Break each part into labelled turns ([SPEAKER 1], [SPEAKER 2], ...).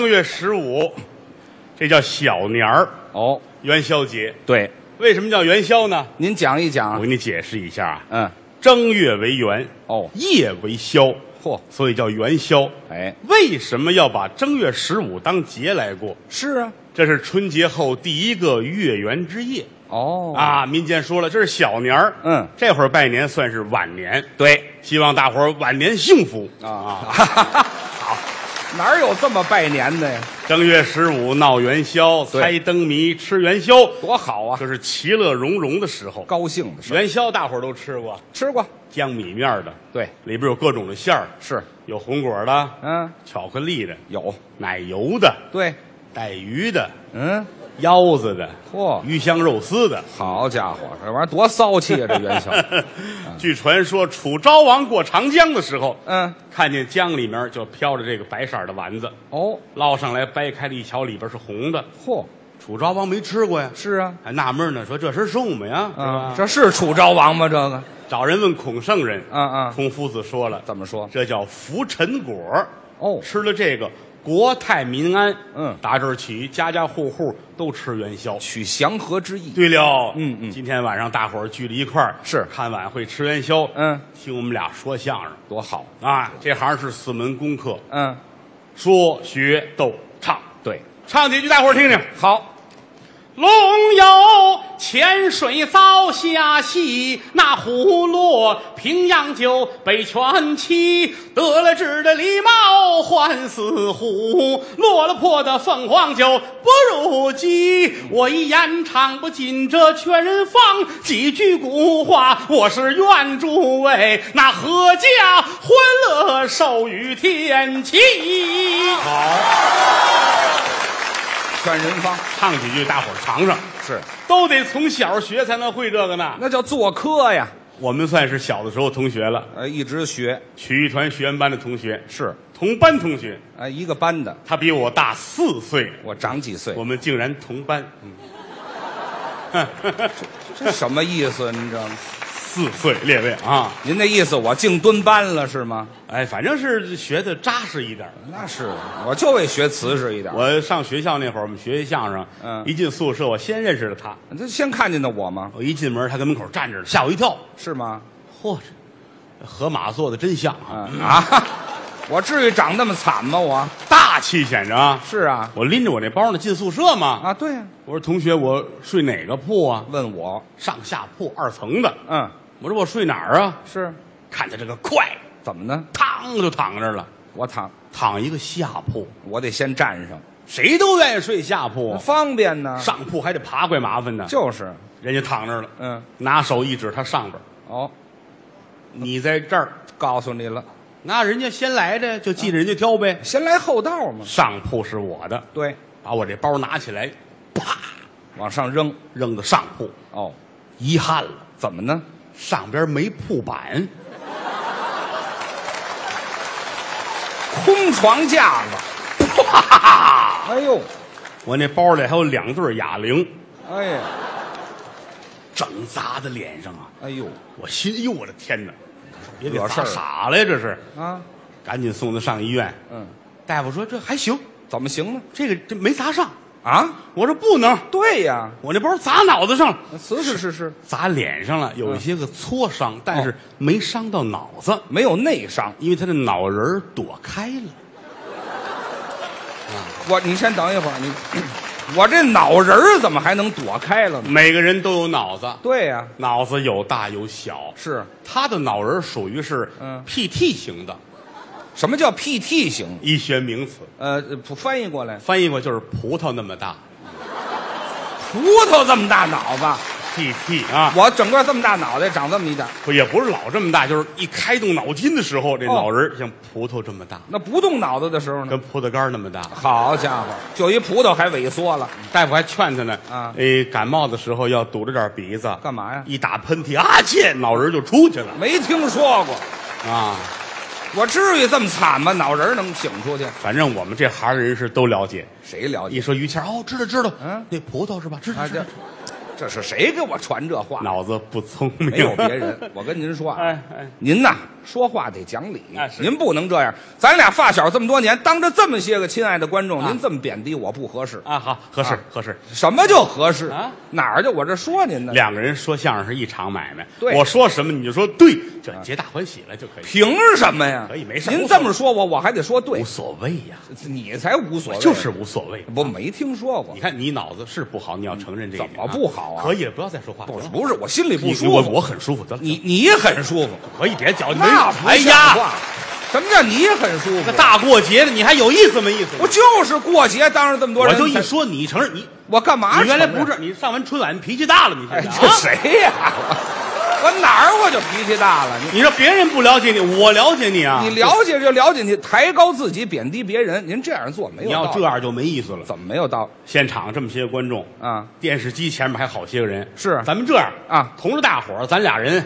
[SPEAKER 1] 正月十五，这叫小年儿，
[SPEAKER 2] 哦，
[SPEAKER 1] 元宵节。
[SPEAKER 2] 对，
[SPEAKER 1] 为什么叫元宵呢？
[SPEAKER 2] 您讲一
[SPEAKER 1] 我
[SPEAKER 2] 讲
[SPEAKER 1] 给。你解释一下啊，
[SPEAKER 2] 嗯，
[SPEAKER 1] 正月为元，
[SPEAKER 2] 哦，
[SPEAKER 1] 夜为宵，
[SPEAKER 2] 嚯，
[SPEAKER 1] 所以叫元宵。
[SPEAKER 2] 哎，
[SPEAKER 1] 为什么要把正月十五当节来过？
[SPEAKER 2] 是啊，
[SPEAKER 1] 这是春节后第一个月圆之夜
[SPEAKER 2] 哦，
[SPEAKER 1] 啊！民间说了，这是小年儿，
[SPEAKER 2] 嗯
[SPEAKER 1] 这会儿拜年算是晚年，
[SPEAKER 2] 对，
[SPEAKER 1] 希望大伙儿晚年幸福
[SPEAKER 2] 啊！哪儿有这么拜年的呀？
[SPEAKER 1] 正月十五闹元宵，
[SPEAKER 2] 对
[SPEAKER 1] 猜灯谜，吃元宵，
[SPEAKER 2] 多好啊
[SPEAKER 1] 这，是其乐融融的时候。
[SPEAKER 2] 高兴的事儿。
[SPEAKER 1] 元宵大伙儿都吃过，
[SPEAKER 2] 吃过，
[SPEAKER 1] 江米面儿的，
[SPEAKER 2] 对，
[SPEAKER 1] 里边有各种的馅儿，
[SPEAKER 2] 是，
[SPEAKER 1] 有红果的、
[SPEAKER 2] 嗯，
[SPEAKER 1] 巧克力的、
[SPEAKER 2] 有，
[SPEAKER 1] 奶油的、
[SPEAKER 2] 对，
[SPEAKER 1] 带鱼的、
[SPEAKER 2] 嗯，
[SPEAKER 1] 腰子的、
[SPEAKER 2] 嚯，
[SPEAKER 1] 鱼香肉丝的。
[SPEAKER 2] 好家伙，这玩意儿多骚气啊！这元宵，
[SPEAKER 1] 据传说，楚昭王过长江的时候，
[SPEAKER 2] 嗯，
[SPEAKER 1] 看见江里面就飘着这个白色儿的丸子，
[SPEAKER 2] 哦，
[SPEAKER 1] 捞上来掰开了一瞧，里边是红的。
[SPEAKER 2] 嚯，
[SPEAKER 1] 楚昭王没吃过呀，
[SPEAKER 2] 是啊，
[SPEAKER 1] 还纳闷呢，说这是什么呀？
[SPEAKER 2] 嗯，
[SPEAKER 1] 是吧？
[SPEAKER 2] 这是楚昭王吗？这个，
[SPEAKER 1] 找人问孔圣人，
[SPEAKER 2] 嗯嗯
[SPEAKER 1] 孔夫子说了，
[SPEAKER 2] 怎么说？
[SPEAKER 1] 这叫浮尘果。
[SPEAKER 2] 哦，
[SPEAKER 1] 吃了这个，国泰民安。
[SPEAKER 2] 嗯
[SPEAKER 1] 打这儿起，家家户户都吃元宵。
[SPEAKER 2] 取祥和之意。
[SPEAKER 1] 对了，
[SPEAKER 2] 嗯嗯
[SPEAKER 1] 今天晚上大伙儿聚了一块儿，
[SPEAKER 2] 是
[SPEAKER 1] 看晚会吃元宵，
[SPEAKER 2] 嗯，
[SPEAKER 1] 听我们俩说相声
[SPEAKER 2] 多好，
[SPEAKER 1] 啊，这行是四门功课，
[SPEAKER 2] 嗯，
[SPEAKER 1] 说学逗唱，
[SPEAKER 2] 对，
[SPEAKER 1] 唱几句大伙儿听听。
[SPEAKER 2] 好，
[SPEAKER 1] 龙游浅水遭虾戏，那虎落平阳酒北泉妻。得了志的狸猫换死虎，落了魄的凤凰酒不如鸡。我一言唱不尽这劝人方，几句古话我是愿诸位那阖家欢乐寿与天齐。
[SPEAKER 2] 劝人方
[SPEAKER 1] 哦唱几句，大伙儿尝尝。
[SPEAKER 2] 是，
[SPEAKER 1] 都得从小学才能会这个呢。
[SPEAKER 2] 那叫做科呀。
[SPEAKER 1] 我们算是小的时候同学了，
[SPEAKER 2] 呃，一直学
[SPEAKER 1] 曲艺团学员班的同学，
[SPEAKER 2] 是，
[SPEAKER 1] 同班同学。
[SPEAKER 2] 呃，一个班的，
[SPEAKER 1] 他比我大四岁，
[SPEAKER 2] 我长几岁
[SPEAKER 1] 我，们竟然同班，嗯
[SPEAKER 2] 这什么意思？你知道吗？
[SPEAKER 1] 四岁，列位啊！
[SPEAKER 2] 您那意思我净蹲班了是吗？
[SPEAKER 1] 哎，反正是学的扎实一点儿。
[SPEAKER 2] 那是，我就为学瓷实一点。
[SPEAKER 1] 我上学校那会儿，我们学习相声，
[SPEAKER 2] 嗯
[SPEAKER 1] 一进宿舍，我先认识了他。
[SPEAKER 2] 你这先看见的我吗？
[SPEAKER 1] 我一进门，他跟门口站着呢，吓我一跳。
[SPEAKER 2] 是吗？
[SPEAKER 1] 嚯，这河马做的真像啊，
[SPEAKER 2] 嗯啊，我至于长那么惨吗？我
[SPEAKER 1] 大气显着啊！
[SPEAKER 2] 是啊
[SPEAKER 1] 我拎着我那包呢，进宿舍嘛。
[SPEAKER 2] 啊，对呀、
[SPEAKER 1] 我说同学，我睡哪个铺啊？
[SPEAKER 2] 问我，
[SPEAKER 1] 上下铺二层的。
[SPEAKER 2] 嗯，
[SPEAKER 1] 我说我睡哪儿啊？
[SPEAKER 2] 是
[SPEAKER 1] 看见这个快，
[SPEAKER 2] 怎么呢？
[SPEAKER 1] 嘡就躺这儿了，
[SPEAKER 2] 我躺，
[SPEAKER 1] 躺一个下铺，
[SPEAKER 2] 我得先站上，
[SPEAKER 1] 谁都愿意睡下铺，
[SPEAKER 2] 方便呢。
[SPEAKER 1] 上铺还得爬，怪麻烦的。
[SPEAKER 2] 就是，
[SPEAKER 1] 人家躺这儿了，
[SPEAKER 2] 嗯，
[SPEAKER 1] 拿手一指他上边儿，
[SPEAKER 2] 哦，
[SPEAKER 1] 你在这儿，
[SPEAKER 2] 告诉你了，
[SPEAKER 1] 那人家先来的就记着人家挑呗。
[SPEAKER 2] 先来后到嘛。
[SPEAKER 1] 上铺是我的，
[SPEAKER 2] 对，
[SPEAKER 1] 把我这包拿起来，啪
[SPEAKER 2] 往上扔。
[SPEAKER 1] 扔到上铺，
[SPEAKER 2] 哦，
[SPEAKER 1] 遗憾了，
[SPEAKER 2] 怎么呢？
[SPEAKER 1] 上边没铺板，
[SPEAKER 2] 空床架子。
[SPEAKER 1] 啪！
[SPEAKER 2] 哎呦，
[SPEAKER 1] 我那包里还有两对哑铃，
[SPEAKER 2] 哎呀，
[SPEAKER 1] 整砸在脸上啊。
[SPEAKER 2] 哎呦，
[SPEAKER 1] 我心，哎呦，我的天哪！别给
[SPEAKER 2] 惹事
[SPEAKER 1] 砸
[SPEAKER 2] 儿了
[SPEAKER 1] 傻了呀，这是，
[SPEAKER 2] 啊，
[SPEAKER 1] 赶紧送他上医院。
[SPEAKER 2] 嗯，
[SPEAKER 1] 大夫说这还行，
[SPEAKER 2] 怎么行呢？
[SPEAKER 1] 这个这没砸上。
[SPEAKER 2] 啊，
[SPEAKER 1] 我说不能，
[SPEAKER 2] 对呀，
[SPEAKER 1] 我那包砸脑子上了，
[SPEAKER 2] 是是是是，
[SPEAKER 1] 砸脸上了，有一些个挫伤，
[SPEAKER 2] 哦
[SPEAKER 1] 但是没伤到脑子，
[SPEAKER 2] 没有内伤。
[SPEAKER 1] 因为他的脑仁儿躲开了。
[SPEAKER 2] 我，你先等一会儿，你， 我这脑仁儿怎么还能躲开了呢？
[SPEAKER 1] 每个人都有脑子，
[SPEAKER 2] 对呀、
[SPEAKER 1] 脑子有大有小，
[SPEAKER 2] 是
[SPEAKER 1] 他的脑仁儿属于是
[SPEAKER 2] 嗯
[SPEAKER 1] PT 型的，
[SPEAKER 2] 什么叫 PT 型？
[SPEAKER 1] 医学名词，
[SPEAKER 2] 呃，不翻译过来，
[SPEAKER 1] 翻译过就是葡萄那么大
[SPEAKER 2] 葡萄这么大脑子，
[SPEAKER 1] ，PT 啊。
[SPEAKER 2] 我整个这么大脑袋长这么一点，
[SPEAKER 1] 不也不是老这么大，就是一开动脑筋的时候，这
[SPEAKER 2] 哦嗯
[SPEAKER 1] 脑仁儿像葡萄这么大，
[SPEAKER 2] 那不动脑子的时候呢
[SPEAKER 1] 跟？葡萄干儿那么大。
[SPEAKER 2] 好家伙，就一葡萄还萎缩了，
[SPEAKER 1] 大夫还劝他呢，
[SPEAKER 2] 啊
[SPEAKER 1] 哎，感冒的时候要堵着点鼻子，
[SPEAKER 2] 干嘛呀？
[SPEAKER 1] 一打喷嚏，啊切，脑仁儿就出去了
[SPEAKER 2] 没听说过，
[SPEAKER 1] 啊。
[SPEAKER 2] 我至于这么惨吗？脑仁儿能醒出去？
[SPEAKER 1] 反正我们这行的人是都了解，
[SPEAKER 2] 谁了解？
[SPEAKER 1] 一说于谦儿，哦，知道知道，
[SPEAKER 2] 嗯
[SPEAKER 1] 那葡萄是吧？知道
[SPEAKER 2] 啊，
[SPEAKER 1] 知道
[SPEAKER 2] 这，这是谁给我传这话？
[SPEAKER 1] 脑子不聪明，
[SPEAKER 2] 没有别人，我跟您说啊，
[SPEAKER 1] 哎哎
[SPEAKER 2] 您呐，说话得讲理
[SPEAKER 1] 啊，是
[SPEAKER 2] 您不能这样。咱俩发小这么多年，当着这么些个亲爱的观众，您这么贬低我不合适。
[SPEAKER 1] 啊，好，合适
[SPEAKER 2] 啊
[SPEAKER 1] 合适。
[SPEAKER 2] 什么叫合适
[SPEAKER 1] 啊？
[SPEAKER 2] 哪儿就我这说您呢？
[SPEAKER 1] 两个人说相声是一场买卖，
[SPEAKER 2] 对啊
[SPEAKER 1] 我说什么你就说对，就皆大欢喜了就可以，
[SPEAKER 2] 凭什么呀？
[SPEAKER 1] 可以没事
[SPEAKER 2] 您
[SPEAKER 1] 无所
[SPEAKER 2] 这
[SPEAKER 1] 谓
[SPEAKER 2] 么说我，我还得说对
[SPEAKER 1] 无，所谓呀，
[SPEAKER 2] 你才无所谓。
[SPEAKER 1] 就是无所谓。
[SPEAKER 2] 我没听说过
[SPEAKER 1] 你，看你脑子是不好，你要承认这一点。
[SPEAKER 2] 怎么不好啊
[SPEAKER 1] 可以了，不要再说话。
[SPEAKER 2] 不是
[SPEAKER 1] 行了
[SPEAKER 2] 不是，我心
[SPEAKER 1] 你
[SPEAKER 2] 里不舒
[SPEAKER 1] 我
[SPEAKER 2] 服。
[SPEAKER 1] 我很舒服，得了。
[SPEAKER 2] 你你很舒服，
[SPEAKER 1] 可以别搅，你
[SPEAKER 2] 那不
[SPEAKER 1] 哎
[SPEAKER 2] 像
[SPEAKER 1] 呀，
[SPEAKER 2] 话。什么叫你很舒服
[SPEAKER 1] 那？大过节的你还有意思没意思？
[SPEAKER 2] 不就是过节当着这么多
[SPEAKER 1] 我
[SPEAKER 2] 人才，
[SPEAKER 1] 就一说你承认你，
[SPEAKER 2] 我干嘛
[SPEAKER 1] 你
[SPEAKER 2] 承
[SPEAKER 1] 原
[SPEAKER 2] 认？
[SPEAKER 1] 来不是你上完春晚你脾气大了，你
[SPEAKER 2] 哎，
[SPEAKER 1] 现在
[SPEAKER 2] 这
[SPEAKER 1] 啊？
[SPEAKER 2] 谁呀、我哪儿我就脾气大了？你
[SPEAKER 1] 你说别人不了解你，我了解你啊。
[SPEAKER 2] 你了解就了解，你抬高自己，贬低别人，您这样做没有
[SPEAKER 1] 你
[SPEAKER 2] 道理？
[SPEAKER 1] 要这样就没意思了。
[SPEAKER 2] 怎么没有道理？
[SPEAKER 1] 现场这么些观众
[SPEAKER 2] 啊，
[SPEAKER 1] 电视机前面还好些个人，
[SPEAKER 2] 是
[SPEAKER 1] 咱们这样
[SPEAKER 2] 啊
[SPEAKER 1] 同着大伙儿，咱俩人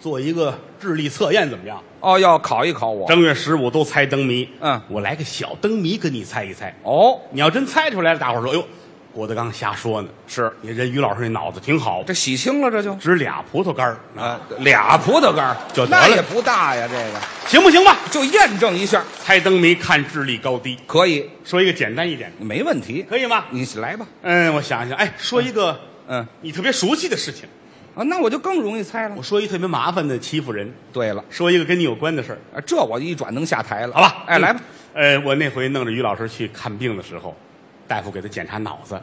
[SPEAKER 1] 做一个智力测验怎么样？
[SPEAKER 2] 哦，要考一考我
[SPEAKER 1] 正月十五都猜灯谜，
[SPEAKER 2] 嗯
[SPEAKER 1] 我来个小灯谜跟你猜一猜。
[SPEAKER 2] 哦，
[SPEAKER 1] 你要真猜出来了，大伙儿说：“哎呦，郭德纲瞎说呢。”
[SPEAKER 2] 是
[SPEAKER 1] 你人于老师那脑子挺好，
[SPEAKER 2] 这洗清了这就
[SPEAKER 1] 只俩葡萄干儿
[SPEAKER 2] 啊，俩葡萄干儿
[SPEAKER 1] 就得了
[SPEAKER 2] 那也不大呀，这个
[SPEAKER 1] 行不行吧？
[SPEAKER 2] 就验证一下
[SPEAKER 1] 猜灯谜看智力高低，
[SPEAKER 2] 可以，
[SPEAKER 1] 说一个简单一点的，
[SPEAKER 2] 没问题，
[SPEAKER 1] 可以吗？
[SPEAKER 2] 你来吧，
[SPEAKER 1] 嗯，我想一想，哎，说一个
[SPEAKER 2] 嗯
[SPEAKER 1] 你特别熟悉的事情，
[SPEAKER 2] 啊，那我就更容易猜了
[SPEAKER 1] 我。说一特别麻烦的欺负人，
[SPEAKER 2] 对了，
[SPEAKER 1] 说一个跟你有关的事儿，
[SPEAKER 2] 啊这我一转能下台了，
[SPEAKER 1] 好吧？
[SPEAKER 2] 哎，
[SPEAKER 1] 嗯
[SPEAKER 2] 来吧，。
[SPEAKER 1] 呃，我那回弄着于老师去看病的时候，大夫给他检查脑子，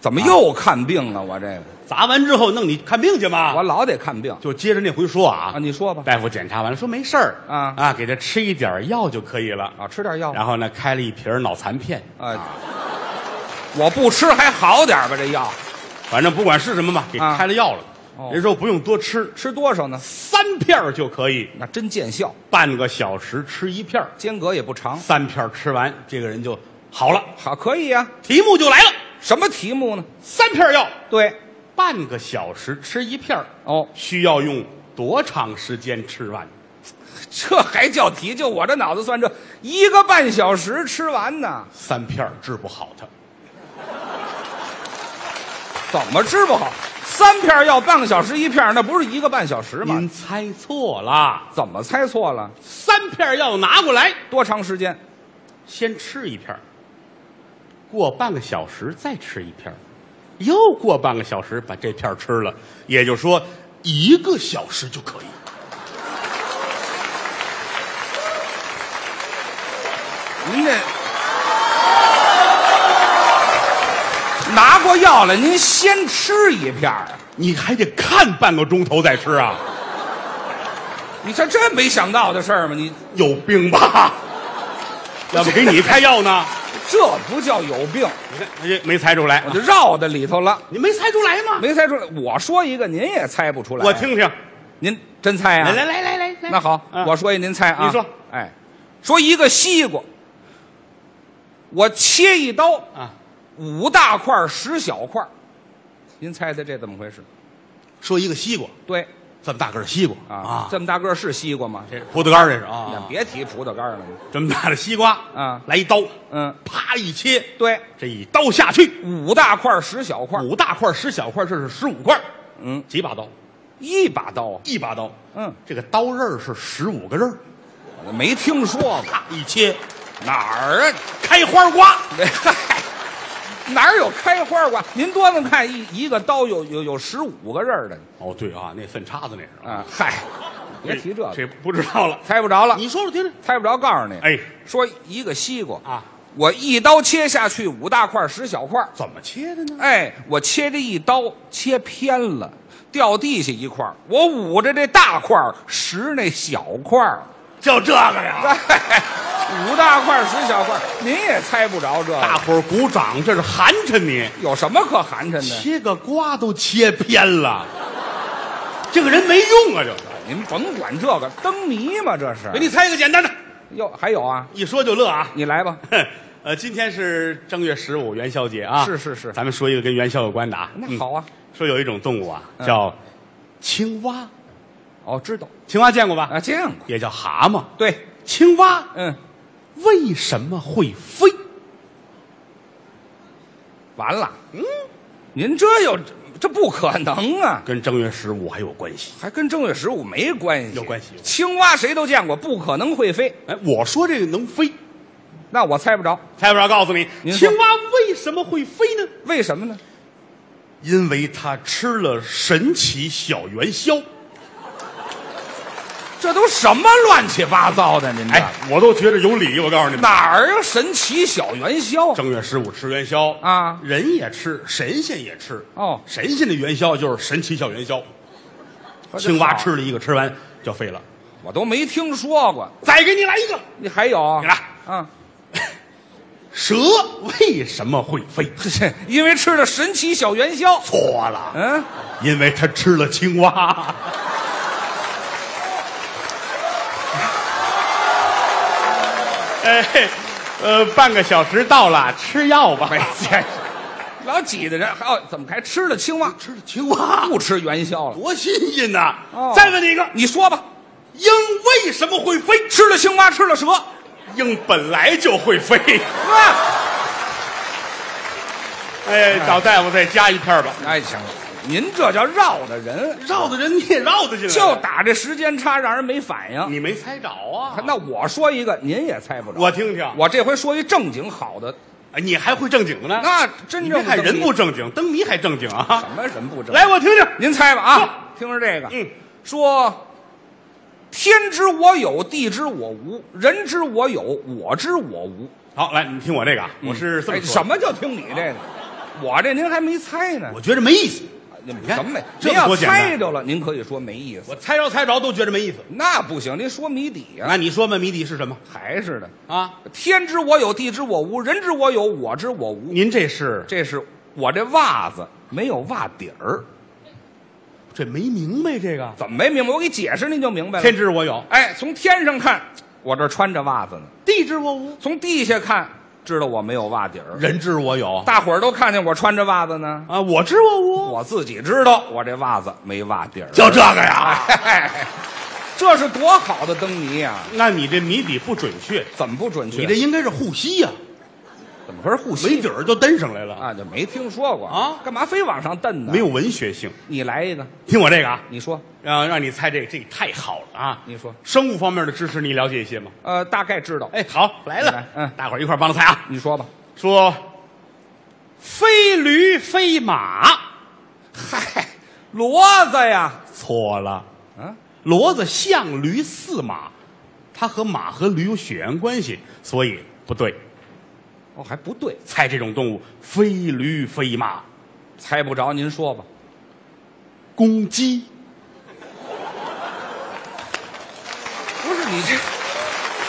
[SPEAKER 2] 怎么又看病啊了？我这个
[SPEAKER 1] 砸完之后弄你看病去嘛。
[SPEAKER 2] 我老得看病
[SPEAKER 1] 啊就接着那回说啊
[SPEAKER 2] 啊，你说吧，
[SPEAKER 1] 大夫检查完了说没事儿
[SPEAKER 2] 啊
[SPEAKER 1] 啊，给他吃一点药就可以了。
[SPEAKER 2] 啊，吃点药。
[SPEAKER 1] 然后呢，开了一瓶脑残片，
[SPEAKER 2] 哎，我不吃还好点儿吧？这药
[SPEAKER 1] 反正不管是什么吧，给
[SPEAKER 2] 啊
[SPEAKER 1] 开了药了。
[SPEAKER 2] 哦
[SPEAKER 1] 人说不用多吃，
[SPEAKER 2] 吃多少呢？
[SPEAKER 1] 三片儿就可以，
[SPEAKER 2] 那真见效，
[SPEAKER 1] 半个小时吃一片儿，
[SPEAKER 2] 间隔也不长。
[SPEAKER 1] 三片儿吃完，这个人就好了。
[SPEAKER 2] 好，可以呀、
[SPEAKER 1] 题目就来了，
[SPEAKER 2] 什么题目呢？
[SPEAKER 1] 三片儿药，
[SPEAKER 2] 对，
[SPEAKER 1] 半个小时吃一片儿，
[SPEAKER 2] 哦，
[SPEAKER 1] 需要用多长时间吃完？
[SPEAKER 2] 这还叫题？就我这脑子算这一个半小时吃完呢，
[SPEAKER 1] 三片儿治不好他，
[SPEAKER 2] 怎么治不好？三片药半个小时一片，那不是一个半小时吗？
[SPEAKER 1] 您猜错了。
[SPEAKER 2] 怎么猜错了？
[SPEAKER 1] 三片药拿过来，
[SPEAKER 2] 多长时间？
[SPEAKER 1] 先吃一片儿，过半个小时再吃一片儿，又过半个小时把这片儿吃了，也就是说一个小时就可以。
[SPEAKER 2] 您这拿过药了，您先吃一片儿啊？
[SPEAKER 1] 你还得看半个钟头再吃啊，
[SPEAKER 2] 你这这没想到的事儿吗？你
[SPEAKER 1] 有病吧？ 要不给你开药呢？
[SPEAKER 2] 这不叫有病，
[SPEAKER 1] 你看，哎没猜出来
[SPEAKER 2] 我，就绕到里头了，
[SPEAKER 1] 你没猜出啊来吗？
[SPEAKER 2] 没猜出来。我说一个，您也猜不出来。啊
[SPEAKER 1] 我，听听，
[SPEAKER 2] 您真猜啊？
[SPEAKER 1] 来来来来来，来
[SPEAKER 2] 那好，
[SPEAKER 1] 嗯
[SPEAKER 2] 我说一，您猜啊？
[SPEAKER 1] 你说，
[SPEAKER 2] 哎，说一个西瓜，我切一刀，
[SPEAKER 1] 啊，
[SPEAKER 2] 五大块儿十小块儿，您猜猜这怎么回事？
[SPEAKER 1] 说一个西瓜，
[SPEAKER 2] 对
[SPEAKER 1] 这么大个儿西瓜
[SPEAKER 2] 啊，这么大个儿是西瓜吗？
[SPEAKER 1] 这葡萄干儿这是啊，
[SPEAKER 2] 别提葡萄干儿了，
[SPEAKER 1] 这么大的西瓜
[SPEAKER 2] 啊
[SPEAKER 1] 来一刀，
[SPEAKER 2] 嗯，
[SPEAKER 1] 啪一切，
[SPEAKER 2] 对，
[SPEAKER 1] 这一刀下去，
[SPEAKER 2] 五大块儿十小块儿，
[SPEAKER 1] 五大块、十小块，这是十五块，
[SPEAKER 2] 嗯，
[SPEAKER 1] 几把刀？
[SPEAKER 2] 一把刀
[SPEAKER 1] 一把刀，
[SPEAKER 2] 嗯，
[SPEAKER 1] 这个刀刃儿是十五个刃儿，
[SPEAKER 2] 啊，没听说过
[SPEAKER 1] 啪一切，
[SPEAKER 2] 哪儿啊？
[SPEAKER 1] 开花瓜，
[SPEAKER 2] 嗨， 哪儿有开花瓜？您多能看一一个刀有有有十五个刃儿的
[SPEAKER 1] 哦，对啊，那粪叉子那是，
[SPEAKER 2] 啊！嗨，别提这个，
[SPEAKER 1] 这不知道了，
[SPEAKER 2] 猜不着了，
[SPEAKER 1] 你说说听听，
[SPEAKER 2] 猜不着。告诉你，
[SPEAKER 1] 哎，
[SPEAKER 2] 说一个西瓜
[SPEAKER 1] 啊，
[SPEAKER 2] 我一刀切下去五大块儿十小块儿，
[SPEAKER 1] 怎么切的呢？
[SPEAKER 2] 哎，我切这一刀切偏了，掉地下一块儿，我捂着这大块儿拾那小块儿。
[SPEAKER 1] 就这个呀，
[SPEAKER 2] 哎五大块儿十小块儿，您也猜不着这
[SPEAKER 1] 大
[SPEAKER 2] 个，
[SPEAKER 1] 伙儿鼓掌，这是寒碜你，
[SPEAKER 2] 有什么可寒碜的？
[SPEAKER 1] 切个瓜都切偏了，这个人没用啊，就是。
[SPEAKER 2] 您甭管这个灯谜嘛，这是
[SPEAKER 1] 给。你猜一个简单的，
[SPEAKER 2] 哟，还有啊，
[SPEAKER 1] 一说就乐啊。
[SPEAKER 2] 你来吧。
[SPEAKER 1] 哼， 呃，今天是正月十五元宵节啊，
[SPEAKER 2] 是是是
[SPEAKER 1] 咱们说一个跟元宵有关的啊。
[SPEAKER 2] 那
[SPEAKER 1] 嗯
[SPEAKER 2] 好啊，
[SPEAKER 1] 说有一种动物啊，
[SPEAKER 2] 嗯
[SPEAKER 1] 叫青蛙，
[SPEAKER 2] 哦，知道
[SPEAKER 1] 青蛙见过吧？
[SPEAKER 2] 啊，见过。
[SPEAKER 1] 也叫蛤蟆。
[SPEAKER 2] 对，
[SPEAKER 1] 青蛙
[SPEAKER 2] 嗯，
[SPEAKER 1] 为什么会飞？
[SPEAKER 2] 完了。嗯，您这有这不可能啊！
[SPEAKER 1] 跟正月十五还有关系。
[SPEAKER 2] 还跟正月十五没关系，
[SPEAKER 1] 有关系有
[SPEAKER 2] 青蛙谁都见过，不可能会飞，
[SPEAKER 1] 哎，我说这个能飞，
[SPEAKER 2] 那我猜不着，
[SPEAKER 1] 蔡部长告诉你，
[SPEAKER 2] 您说
[SPEAKER 1] 青蛙为什么会飞呢？
[SPEAKER 2] 为什么呢？
[SPEAKER 1] 因为它吃了神奇小元宵。
[SPEAKER 2] 这都什么乱七八糟的？您这、
[SPEAKER 1] 哎，我都觉得有理。我告诉你们，
[SPEAKER 2] 哪儿有神奇小元宵？
[SPEAKER 1] 正月十五吃元宵
[SPEAKER 2] 啊
[SPEAKER 1] 人也吃，神仙也吃。
[SPEAKER 2] 哦
[SPEAKER 1] 神仙的元宵就是神奇小元宵，青蛙吃了一个，吃完就废了。
[SPEAKER 2] 我都没听说过。
[SPEAKER 1] 再给你来一个，
[SPEAKER 2] 你还有
[SPEAKER 1] 你来。
[SPEAKER 2] 啊？
[SPEAKER 1] 蛇为什么会飞？
[SPEAKER 2] 这因为吃了神奇小元宵，
[SPEAKER 1] 错了，
[SPEAKER 2] 嗯，
[SPEAKER 1] 因为它吃了青 蛙。哎，呃，半个小时到了，吃药吧。
[SPEAKER 2] 哎 老挤的人，哦，怎么还吃了青蛙？
[SPEAKER 1] 吃了青蛙，
[SPEAKER 2] 不吃元宵了？
[SPEAKER 1] 多新鲜呐！
[SPEAKER 2] 哦
[SPEAKER 1] 再问你一个，
[SPEAKER 2] 你说吧，
[SPEAKER 1] 鹰为什么会飞？
[SPEAKER 2] 吃了青蛙，吃了蛇，
[SPEAKER 1] 鹰本来就会 飞。
[SPEAKER 2] 啊！
[SPEAKER 1] 哎，找大夫再加一片吧。
[SPEAKER 2] 哎，行了，您这叫绕的人，
[SPEAKER 1] 绕的人你也绕得进来，
[SPEAKER 2] 就打这时间差，让人没反应。
[SPEAKER 1] 你没猜着啊？
[SPEAKER 2] 那我说一个，您也猜不着。
[SPEAKER 1] 我听听，
[SPEAKER 2] 嗯我这回说一正经好的，
[SPEAKER 1] 哎你还会正经的呢？
[SPEAKER 2] 那真
[SPEAKER 1] 你
[SPEAKER 2] 正
[SPEAKER 1] 别看
[SPEAKER 2] 的
[SPEAKER 1] 人不正经，灯谜还正经啊！
[SPEAKER 2] 什么人不正经，
[SPEAKER 1] 来，我听听。
[SPEAKER 2] 您猜吧啊！听着这个，
[SPEAKER 1] 嗯，
[SPEAKER 2] 说天知我有，地知我无，人知我有，我知我无。
[SPEAKER 1] 好，来，你听我这个啊，我是这么
[SPEAKER 2] 哎
[SPEAKER 1] 说啊
[SPEAKER 2] 什？么叫听你这个？我这您还没猜呢。
[SPEAKER 1] 我觉得没意思。
[SPEAKER 2] 你
[SPEAKER 1] 看
[SPEAKER 2] 什么没？
[SPEAKER 1] 这
[SPEAKER 2] 您
[SPEAKER 1] 多
[SPEAKER 2] 要
[SPEAKER 1] 简单
[SPEAKER 2] 猜着了，您可以说没意思。
[SPEAKER 1] 我猜着猜着都觉得没意思。
[SPEAKER 2] 那不行，您说谜底呀、
[SPEAKER 1] 那你说吧，谜底是什么
[SPEAKER 2] 还是的。
[SPEAKER 1] 啊？
[SPEAKER 2] 天知我有，地知我无，人知我有，我知我无。
[SPEAKER 1] 您这是
[SPEAKER 2] 这是我这袜子没有袜底儿，
[SPEAKER 1] 这没明白这个？
[SPEAKER 2] 怎么没明白？我给解释您就明白了。
[SPEAKER 1] 天知我有，
[SPEAKER 2] 哎，从天上看，我这穿着袜子呢；
[SPEAKER 1] 地知我无，
[SPEAKER 2] 从地下看，知道我没有袜底儿。
[SPEAKER 1] 人知我有
[SPEAKER 2] 大伙儿都看见我穿着袜子呢，
[SPEAKER 1] 啊，我知嗯我无，
[SPEAKER 2] 我自己知道我这袜子没袜底儿。
[SPEAKER 1] 就这个呀？
[SPEAKER 2] 哎， 这是多好的灯谜呀、
[SPEAKER 1] 那你这谜底不准确，
[SPEAKER 2] 怎么不准确？
[SPEAKER 1] 你这应该是护膝呀，
[SPEAKER 2] 怎么回事？护
[SPEAKER 1] 没
[SPEAKER 2] 膝
[SPEAKER 1] 底儿就蹬上来了，
[SPEAKER 2] 啊，就没听说过
[SPEAKER 1] 啊
[SPEAKER 2] 干嘛非往上蹬呢？
[SPEAKER 1] 没有，文学性。
[SPEAKER 2] 你来一个，
[SPEAKER 1] 听我这个啊，
[SPEAKER 2] 你说，
[SPEAKER 1] 让让你猜这个，这个太好了啊！
[SPEAKER 2] 你说，
[SPEAKER 1] 生物方面的知识你了解一些吗？
[SPEAKER 2] 呃，大概知道。
[SPEAKER 1] 哎，好，来了
[SPEAKER 2] 来，嗯
[SPEAKER 1] 大伙儿一块儿帮着猜啊。
[SPEAKER 2] 你说吧。
[SPEAKER 1] 说，飞驴飞马，
[SPEAKER 2] 嗨， 骡子呀，
[SPEAKER 1] 错了，
[SPEAKER 2] 嗯，
[SPEAKER 1] 骡子象驴似马，它和马和驴有血缘关系，所以不对。
[SPEAKER 2] 哦，还不对，
[SPEAKER 1] 猜这种动物，飞驴飞马，
[SPEAKER 2] 猜不着，您说吧。
[SPEAKER 1] 公鸡，
[SPEAKER 2] 不是你这，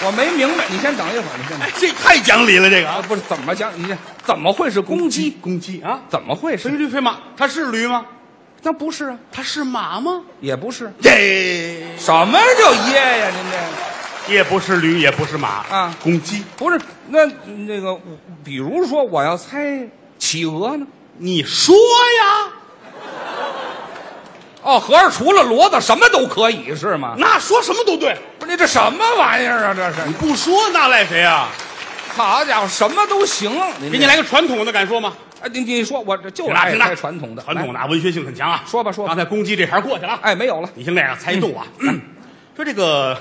[SPEAKER 2] 我没明白。你先等一会儿，你先等。
[SPEAKER 1] 哎这太讲理了，这个
[SPEAKER 2] 啊，
[SPEAKER 1] 啊，
[SPEAKER 2] 不是怎么讲？你这怎么会是公鸡？
[SPEAKER 1] 公鸡啊，
[SPEAKER 2] 怎么会
[SPEAKER 1] 飞
[SPEAKER 2] 是？
[SPEAKER 1] 驴飞马，它是驴吗？
[SPEAKER 2] 那不是啊，
[SPEAKER 1] 它是马吗？
[SPEAKER 2] 也不是。
[SPEAKER 1] 耶，
[SPEAKER 2] 什么叫耶呀？您这个
[SPEAKER 1] 也不是驴，也不是马
[SPEAKER 2] 啊
[SPEAKER 1] 公鸡。
[SPEAKER 2] 不是那那个，比如说我要猜企鹅呢？
[SPEAKER 1] 你说呀，
[SPEAKER 2] 哦，合着除了骡子什么都可以是吗？
[SPEAKER 1] 那说什么都对，
[SPEAKER 2] 不是你这什么玩意儿啊？这是
[SPEAKER 1] 你，不说那赖谁啊？
[SPEAKER 2] 好家伙，什么都行。您
[SPEAKER 1] 给你来个传统的，敢说吗？
[SPEAKER 2] 哎，你你说我这就
[SPEAKER 1] 行了
[SPEAKER 2] 爱
[SPEAKER 1] 行了
[SPEAKER 2] 猜传统的，
[SPEAKER 1] 传统
[SPEAKER 2] 来
[SPEAKER 1] 的啊文学性很强啊。
[SPEAKER 2] 说吧说
[SPEAKER 1] 刚
[SPEAKER 2] 吧。
[SPEAKER 1] 才公鸡这茬过去了啊，
[SPEAKER 2] 哎，没有了，
[SPEAKER 1] 你听这个猜动物啊，说这个，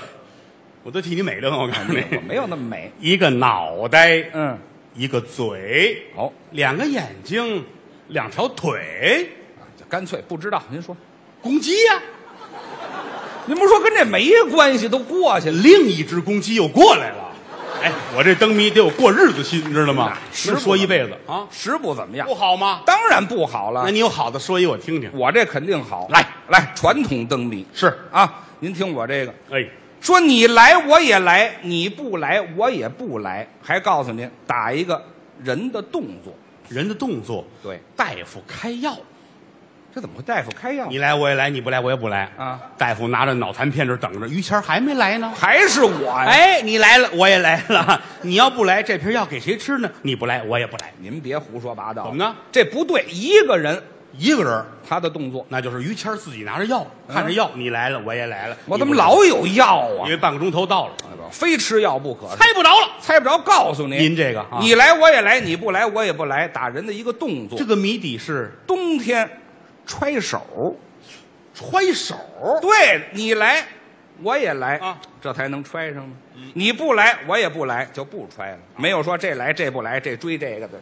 [SPEAKER 1] 我都替你美了，我告诉你，
[SPEAKER 2] 我没有那么美。
[SPEAKER 1] 一个脑袋，
[SPEAKER 2] 嗯，
[SPEAKER 1] 一个嘴，
[SPEAKER 2] 好，
[SPEAKER 1] 两个眼睛，两条腿，
[SPEAKER 2] 就干脆不知道。您说，
[SPEAKER 1] 公鸡呀、
[SPEAKER 2] 您不是说跟这没关系，都过去了。
[SPEAKER 1] 另一只公鸡又过来了。哎，我这灯谜得有过日子心，你知道吗？
[SPEAKER 2] 是
[SPEAKER 1] 能啊说一辈子啊，
[SPEAKER 2] 食不怎么样
[SPEAKER 1] 不，好吗？
[SPEAKER 2] 当然不好了
[SPEAKER 1] 那。你有好的说一我听听。
[SPEAKER 2] 我这肯定好。
[SPEAKER 1] 来
[SPEAKER 2] 来，传统灯谜
[SPEAKER 1] 是，
[SPEAKER 2] 啊，您听我这个，
[SPEAKER 1] 哎，
[SPEAKER 2] 说你来我也来，你不来我也不来，还告诉您打一个人的动作。
[SPEAKER 1] 人的动作，
[SPEAKER 2] 对，
[SPEAKER 1] 大夫开药，
[SPEAKER 2] 这怎么会大夫开药？
[SPEAKER 1] 你来我也来，你不来我也不来
[SPEAKER 2] 啊。
[SPEAKER 1] 大夫拿着脑残片这儿等着，于谦儿还没来呢。
[SPEAKER 2] 还是我呀？，
[SPEAKER 1] 哎，你来了，我也来了。你要不来，这瓶药给谁吃呢？你不来，我也不来。
[SPEAKER 2] 您别胡说八道。
[SPEAKER 1] 怎么呢？
[SPEAKER 2] 这不对，一个人
[SPEAKER 1] 一个人儿，
[SPEAKER 2] 他的动作，
[SPEAKER 1] 那就是于谦儿自己拿着药，看着药，你来了，啊我也来了。
[SPEAKER 2] 我怎么
[SPEAKER 1] 你不来
[SPEAKER 2] 老有药
[SPEAKER 1] 因
[SPEAKER 2] 啊？
[SPEAKER 1] 为半个钟头到了，
[SPEAKER 2] 非吃药不可，
[SPEAKER 1] 猜不着了。
[SPEAKER 2] 猜不着。告诉您，
[SPEAKER 1] 您这个啊，
[SPEAKER 2] 你来我也来，你不来我也不来，打人的一个动作。
[SPEAKER 1] 这个谜底是
[SPEAKER 2] 冬天揣手。
[SPEAKER 1] 揣手，
[SPEAKER 2] 对你来，我也来
[SPEAKER 1] 哦啊，嗯
[SPEAKER 2] 这才能揣上嘛。你不来，我也不来，就不揣了。没有说这来这不来这追这个的，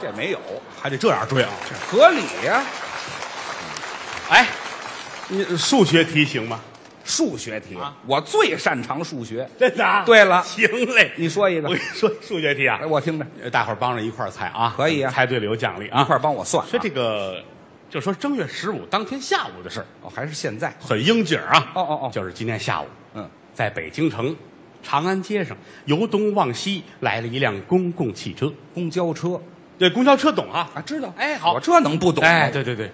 [SPEAKER 2] 这没有，
[SPEAKER 1] 还得这样追啊！
[SPEAKER 2] 合理呀、
[SPEAKER 1] 哎，你数学题行吗？
[SPEAKER 2] 数学题、
[SPEAKER 1] 啊
[SPEAKER 2] 我最擅长数学。
[SPEAKER 1] 真的、啊？
[SPEAKER 2] 对了
[SPEAKER 1] 行嘞。
[SPEAKER 2] 你说一
[SPEAKER 1] 我
[SPEAKER 2] 个
[SPEAKER 1] 跟你，说，数学题啊
[SPEAKER 2] 哎，，我听着，
[SPEAKER 1] 大伙儿帮着一块儿猜啊，
[SPEAKER 2] 可以啊
[SPEAKER 1] 猜对了有奖励
[SPEAKER 2] 一
[SPEAKER 1] 啊。
[SPEAKER 2] 块儿帮我算、啊。
[SPEAKER 1] 说这个，就说正月十五当天下午的事儿，
[SPEAKER 2] 哦，还是现在？
[SPEAKER 1] 很应景啊。
[SPEAKER 2] 哦哦哦
[SPEAKER 1] 就是今天下午，
[SPEAKER 2] 嗯，
[SPEAKER 1] 在北京城长安街上由东往西来了一辆公共汽车，
[SPEAKER 2] 公交车
[SPEAKER 1] 对，公交车懂啊？
[SPEAKER 2] 啊，知道。
[SPEAKER 1] 哎好
[SPEAKER 2] 我这能不懂吗？
[SPEAKER 1] 哎，对对对，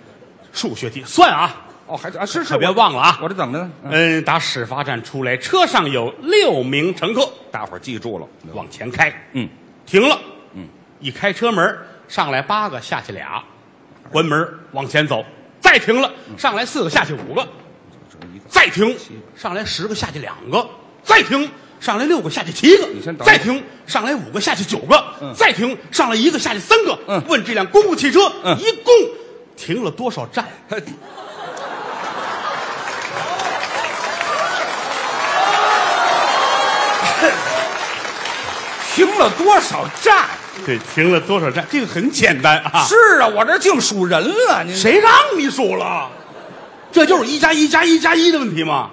[SPEAKER 1] 数学题算啊，
[SPEAKER 2] 哦，还啊，是是，
[SPEAKER 1] 可别
[SPEAKER 2] 我
[SPEAKER 1] 忘了啊
[SPEAKER 2] 我这怎么了？嗯
[SPEAKER 1] 嗯，打始发站出来，车上有六名乘客，
[SPEAKER 2] 大伙儿记住了，
[SPEAKER 1] 往前开，
[SPEAKER 2] 嗯，
[SPEAKER 1] 停了，
[SPEAKER 2] 嗯，
[SPEAKER 1] 一开车门，上来八个，下去俩，关门往前走，再停了，上来四个，下去五个，
[SPEAKER 2] 这一个。
[SPEAKER 1] 再停，上来嗯十个，下去两个，再停。上来六个，下去七个
[SPEAKER 2] 你先，等会儿
[SPEAKER 1] 再停；上来五个，下去九个，
[SPEAKER 2] 嗯
[SPEAKER 1] 再停；上来一个，下去三个。
[SPEAKER 2] 嗯
[SPEAKER 1] 问这辆公共汽车、
[SPEAKER 2] 嗯
[SPEAKER 1] 一共停了多少站？
[SPEAKER 2] 停了多少站？
[SPEAKER 1] 对，停了多少站？这个很简单啊。
[SPEAKER 2] 是啊，我这净数人了，您
[SPEAKER 1] 谁让你数了？这就是一加一加一加一的问题吗？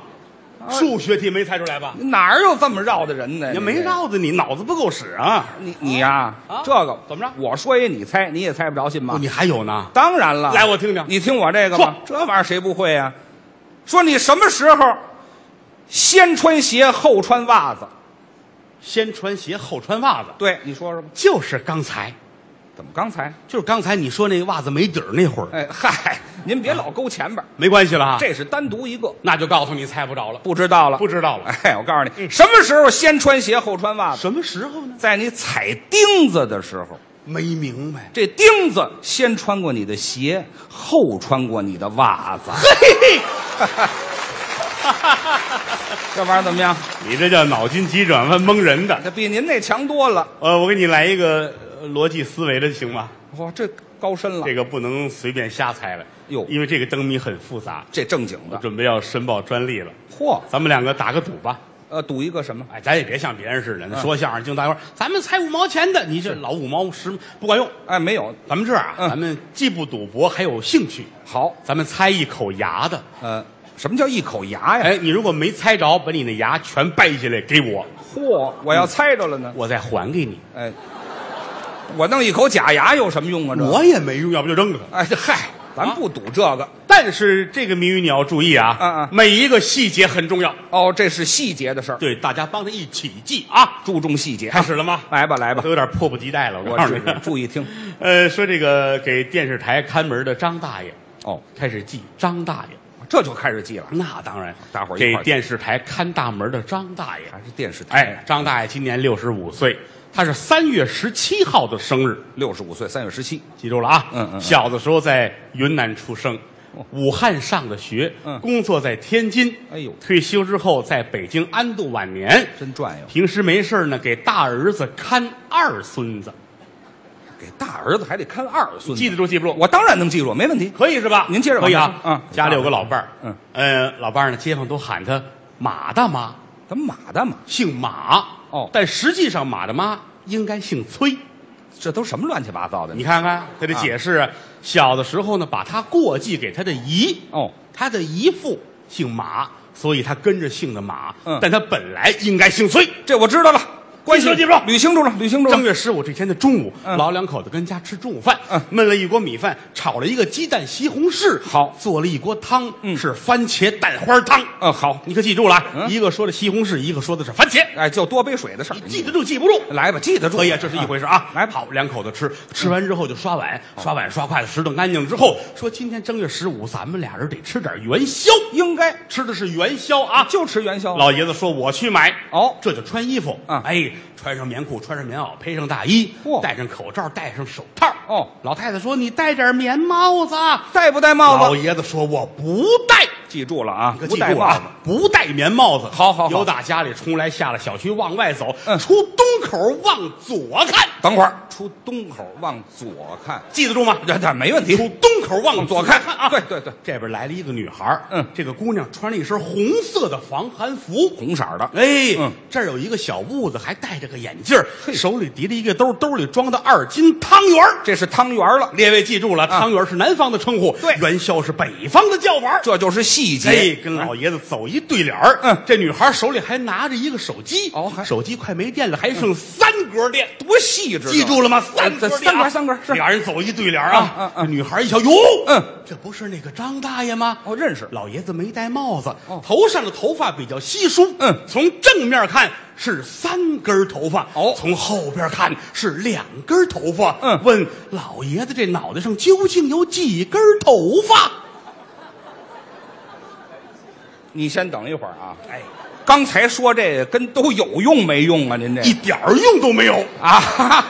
[SPEAKER 1] 数学题没猜出来吧？
[SPEAKER 2] 哪儿有这么绕的人呢？
[SPEAKER 1] 也没绕着你，脑子不够使啊！
[SPEAKER 2] 你你呀、
[SPEAKER 1] 啊
[SPEAKER 2] 这个
[SPEAKER 1] 怎么着
[SPEAKER 2] 我说一你猜，你也猜不着，信吗？
[SPEAKER 1] 哦你还有呢？
[SPEAKER 2] 当然了，
[SPEAKER 1] 来我听啊听
[SPEAKER 2] 你听我这个吧，这玩意儿谁不会呀、说你什么时候先穿鞋后穿袜子？
[SPEAKER 1] 先穿鞋后穿袜子，
[SPEAKER 2] 对，你说说吧。
[SPEAKER 1] 就是刚才，
[SPEAKER 2] 怎么刚才？
[SPEAKER 1] 就是刚才你说那个袜子没底儿那会儿，
[SPEAKER 2] 哎嗨，您别老勾前边儿，
[SPEAKER 1] 没关系了啊。
[SPEAKER 2] 这是单独一个，
[SPEAKER 1] 那就告诉你猜不着了，
[SPEAKER 2] 不知道了。
[SPEAKER 1] 不知道嗯了。
[SPEAKER 2] 哎，我告诉你，什么时候先穿鞋后穿袜子？
[SPEAKER 1] 什么时候呢？
[SPEAKER 2] 在你踩钉子的时候，
[SPEAKER 1] 没明白。
[SPEAKER 2] 这钉子先穿过你的鞋，后穿过你的袜子。这玩意儿怎么样？
[SPEAKER 1] 你这叫脑筋急转弯蒙人的。
[SPEAKER 2] 这比您那强多了。
[SPEAKER 1] 呃，我给你来一个呃逻辑思维的行吗？
[SPEAKER 2] 哇，这高深了，
[SPEAKER 1] 这个不能随便瞎猜了，
[SPEAKER 2] 啊哟
[SPEAKER 1] 因为这个灯谜很复杂。
[SPEAKER 2] 这正经
[SPEAKER 1] 我
[SPEAKER 2] 的。
[SPEAKER 1] 准备要申报专利了，
[SPEAKER 2] 嚯，
[SPEAKER 1] 咱们两个打个赌吧。
[SPEAKER 2] 呃，赌一个什么？
[SPEAKER 1] 哎，咱也别像别人似的，
[SPEAKER 2] 嗯
[SPEAKER 1] 那说相声净大官，咱们才五毛钱的，你这老五毛十不管用。
[SPEAKER 2] 哎，没有。
[SPEAKER 1] 咱们这样啊，
[SPEAKER 2] 嗯
[SPEAKER 1] 咱们既不赌博，还有兴趣，
[SPEAKER 2] 好，
[SPEAKER 1] 咱们猜一口牙的。
[SPEAKER 2] 呃，什么叫一口牙呀？
[SPEAKER 1] 哎，你如果没猜着，把你那牙全掰下来给我，
[SPEAKER 2] 嚯，我
[SPEAKER 1] 嗯
[SPEAKER 2] 要猜着了呢。
[SPEAKER 1] 我再还给你。
[SPEAKER 2] 哎，我弄一口假牙有什么用啊？这，
[SPEAKER 1] 我也啊没用，要不就扔了它。
[SPEAKER 2] 哎，这嗨，咱不赌这个。
[SPEAKER 1] 但是这个谜语你要注意啊，
[SPEAKER 2] 嗯嗯
[SPEAKER 1] 每一个细节很重要，
[SPEAKER 2] 哦，这是细节的事儿，
[SPEAKER 1] 对，大家帮着一起记啊。
[SPEAKER 2] 注重细节。
[SPEAKER 1] 开始了吗？
[SPEAKER 2] 来吧，来吧
[SPEAKER 1] 都，有点迫不及待了，
[SPEAKER 2] 嗯我
[SPEAKER 1] 告诉
[SPEAKER 2] 注
[SPEAKER 1] 你
[SPEAKER 2] 意。注意听。
[SPEAKER 1] 呃，说这个给电视台看门的张大爷
[SPEAKER 2] 哦，
[SPEAKER 1] 开始记张大爷，
[SPEAKER 2] 这就开始记了，
[SPEAKER 1] 那当然，
[SPEAKER 2] 大伙儿一
[SPEAKER 1] 给
[SPEAKER 2] 块儿
[SPEAKER 1] 电视台看大门的张大爷。
[SPEAKER 2] 还是电视台。
[SPEAKER 1] 哎，张大爷今年六十五岁，他是三月十七号的生日，
[SPEAKER 2] 六十五岁，三月十七。
[SPEAKER 1] 记住了啊。
[SPEAKER 2] 嗯嗯嗯
[SPEAKER 1] 小的时候在云南出生，武汉上的学，
[SPEAKER 2] 嗯
[SPEAKER 1] 工作在天津。
[SPEAKER 2] 哎呦
[SPEAKER 1] 退休之后在北京安度晚年。
[SPEAKER 2] 真转悠，
[SPEAKER 1] 平时没事儿呢，给大儿子看二孙子，
[SPEAKER 2] 给大儿子还得看二孙子，
[SPEAKER 1] 记得住记不住？
[SPEAKER 2] 我当然能记住，没问题。
[SPEAKER 1] 可以是吧？
[SPEAKER 2] 您接着
[SPEAKER 1] 可以
[SPEAKER 2] 往下
[SPEAKER 1] 啊。
[SPEAKER 2] 说嗯
[SPEAKER 1] 家里有个老伴儿，
[SPEAKER 2] 嗯
[SPEAKER 1] 呃，老伴儿呢，街坊都喊他马大妈，
[SPEAKER 2] 怎么马的马？
[SPEAKER 1] 姓马。
[SPEAKER 2] 哦
[SPEAKER 1] 但实际上马大妈应该姓崔。
[SPEAKER 2] 这都什么乱七八糟的？
[SPEAKER 1] 你看看他的解释，
[SPEAKER 2] 嗯
[SPEAKER 1] 啊、小的时候呢，把他过继给他的姨，
[SPEAKER 2] 哦，
[SPEAKER 1] 他的姨父姓马，所以他跟着姓的马，
[SPEAKER 2] 嗯
[SPEAKER 1] 但他本来应该姓崔。
[SPEAKER 2] 这我知道了，关系
[SPEAKER 1] 记住记住
[SPEAKER 2] 捋清楚了，捋清楚
[SPEAKER 1] 正
[SPEAKER 2] 了。
[SPEAKER 1] 月十五这天的中午，
[SPEAKER 2] 嗯
[SPEAKER 1] 老两口子跟家吃中午饭，
[SPEAKER 2] 嗯
[SPEAKER 1] 焖了一锅米饭，炒了一个鸡蛋西红柿，
[SPEAKER 2] 好
[SPEAKER 1] 做了一锅汤，是番茄蛋花汤。
[SPEAKER 2] 嗯，好，
[SPEAKER 1] 你可记住了啊，
[SPEAKER 2] 嗯
[SPEAKER 1] 一个说的西红柿，一个说的是番茄，
[SPEAKER 2] 哎，就多杯水的事儿，
[SPEAKER 1] 记得住记不住？
[SPEAKER 2] 来吧，记得住。
[SPEAKER 1] 可以，这是一回事啊。
[SPEAKER 2] 嗯来吧嗯
[SPEAKER 1] 好，两口子吃，吃完之后就刷碗，刷碗刷筷子，拾掇干净之后，说今天正月十五，咱们俩人得吃点元宵，
[SPEAKER 2] 应该
[SPEAKER 1] 吃的是元宵啊。
[SPEAKER 2] 就吃元宵。
[SPEAKER 1] 老爷子说：“我去买。”
[SPEAKER 2] 哦
[SPEAKER 1] 这就穿衣服。
[SPEAKER 2] 嗯
[SPEAKER 1] 哎，穿上棉裤，穿上棉袄，披上大衣，
[SPEAKER 2] 嚯
[SPEAKER 1] 戴上口罩，戴上手套。
[SPEAKER 2] 哦
[SPEAKER 1] 老太太说：“你戴点棉帽子啊。
[SPEAKER 2] 戴不戴”帽
[SPEAKER 1] 老
[SPEAKER 2] 子？
[SPEAKER 1] 爷子说：“我不戴。
[SPEAKER 2] 记住了啊
[SPEAKER 1] 你可
[SPEAKER 2] 不
[SPEAKER 1] 记
[SPEAKER 2] 戴
[SPEAKER 1] 住
[SPEAKER 2] 帽子
[SPEAKER 1] 啊。，不戴盖棉帽子。
[SPEAKER 2] 好好好
[SPEAKER 1] 由打家里冲来，下了小区往外走，
[SPEAKER 2] 嗯
[SPEAKER 1] 出东口往左看，
[SPEAKER 2] 等会儿出东口往左看，
[SPEAKER 1] 记得住吗？
[SPEAKER 2] 这这没问题
[SPEAKER 1] 出。东口往
[SPEAKER 2] 往左看
[SPEAKER 1] 啊！
[SPEAKER 2] 对对对，
[SPEAKER 1] 这边来了一个女孩儿
[SPEAKER 2] 嗯
[SPEAKER 1] 这个姑娘穿了一身红色的防寒服。
[SPEAKER 2] 红色儿的，
[SPEAKER 1] 哎，
[SPEAKER 2] 嗯
[SPEAKER 1] 这儿有一个小痦子，还戴着个眼镜儿，手里提着一个兜，兜里装的二斤汤圆儿
[SPEAKER 2] 这是汤圆儿了，
[SPEAKER 1] 列位记住了，汤圆儿是南方的称呼，
[SPEAKER 2] 啊对
[SPEAKER 1] 元宵是北方的叫法儿。
[SPEAKER 2] 这就是细
[SPEAKER 1] 哎
[SPEAKER 2] 节。，
[SPEAKER 1] 跟老爷子走一对脸儿。
[SPEAKER 2] 嗯
[SPEAKER 1] 这女孩手里还拿着一个手机，
[SPEAKER 2] 哦还
[SPEAKER 1] 手机快没电了，还剩三格电。
[SPEAKER 2] 多细致，
[SPEAKER 1] 记住了吗？三格
[SPEAKER 2] 这
[SPEAKER 1] 电
[SPEAKER 2] 三
[SPEAKER 1] 啊
[SPEAKER 2] 格三格是。
[SPEAKER 1] 俩人走一对脸儿啊。
[SPEAKER 2] 嗯嗯嗯
[SPEAKER 1] 这女孩一瞧，哟，
[SPEAKER 2] 嗯，
[SPEAKER 1] 这不是那个张大爷吗？
[SPEAKER 2] 哦，认识
[SPEAKER 1] 老爷子没戴帽子
[SPEAKER 2] 哦，
[SPEAKER 1] 头上的头发比较稀疏。
[SPEAKER 2] 嗯
[SPEAKER 1] 从正面看是三根头发，
[SPEAKER 2] 哦
[SPEAKER 1] 从后边看是两根头发。
[SPEAKER 2] 嗯
[SPEAKER 1] 问老爷子这脑袋上究竟有几根头发？
[SPEAKER 2] 你先等一会儿啊。
[SPEAKER 1] 哎，
[SPEAKER 2] 刚才说这个跟都有用没用啊？您这
[SPEAKER 1] 一点儿用都没有。
[SPEAKER 2] 啊， 哈哈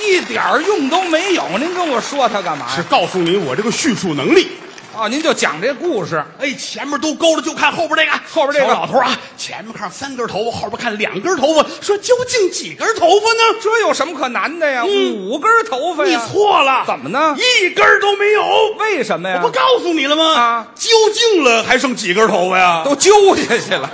[SPEAKER 2] 一点儿用都没有。您跟我说它干嘛呀？
[SPEAKER 1] 是告诉你我这个叙述能力。
[SPEAKER 2] 啊，您就讲这故事。
[SPEAKER 1] 哎，前面都勾了，就看后边这个，
[SPEAKER 2] 后边这个
[SPEAKER 1] 小老头啊，前面看三根头发，后边看两根头发，说究竟几根头发呢？
[SPEAKER 2] 这有什么可难的呀？五根头发
[SPEAKER 1] 嗯你
[SPEAKER 2] 呀，
[SPEAKER 1] 错了，
[SPEAKER 2] 怎么呢
[SPEAKER 1] 一根都没有，
[SPEAKER 2] 为什么
[SPEAKER 1] 我
[SPEAKER 2] 呀
[SPEAKER 1] 不？告诉你了吗？
[SPEAKER 2] 啊
[SPEAKER 1] 究竟了还剩几根头发呀？
[SPEAKER 2] 都揪下去了。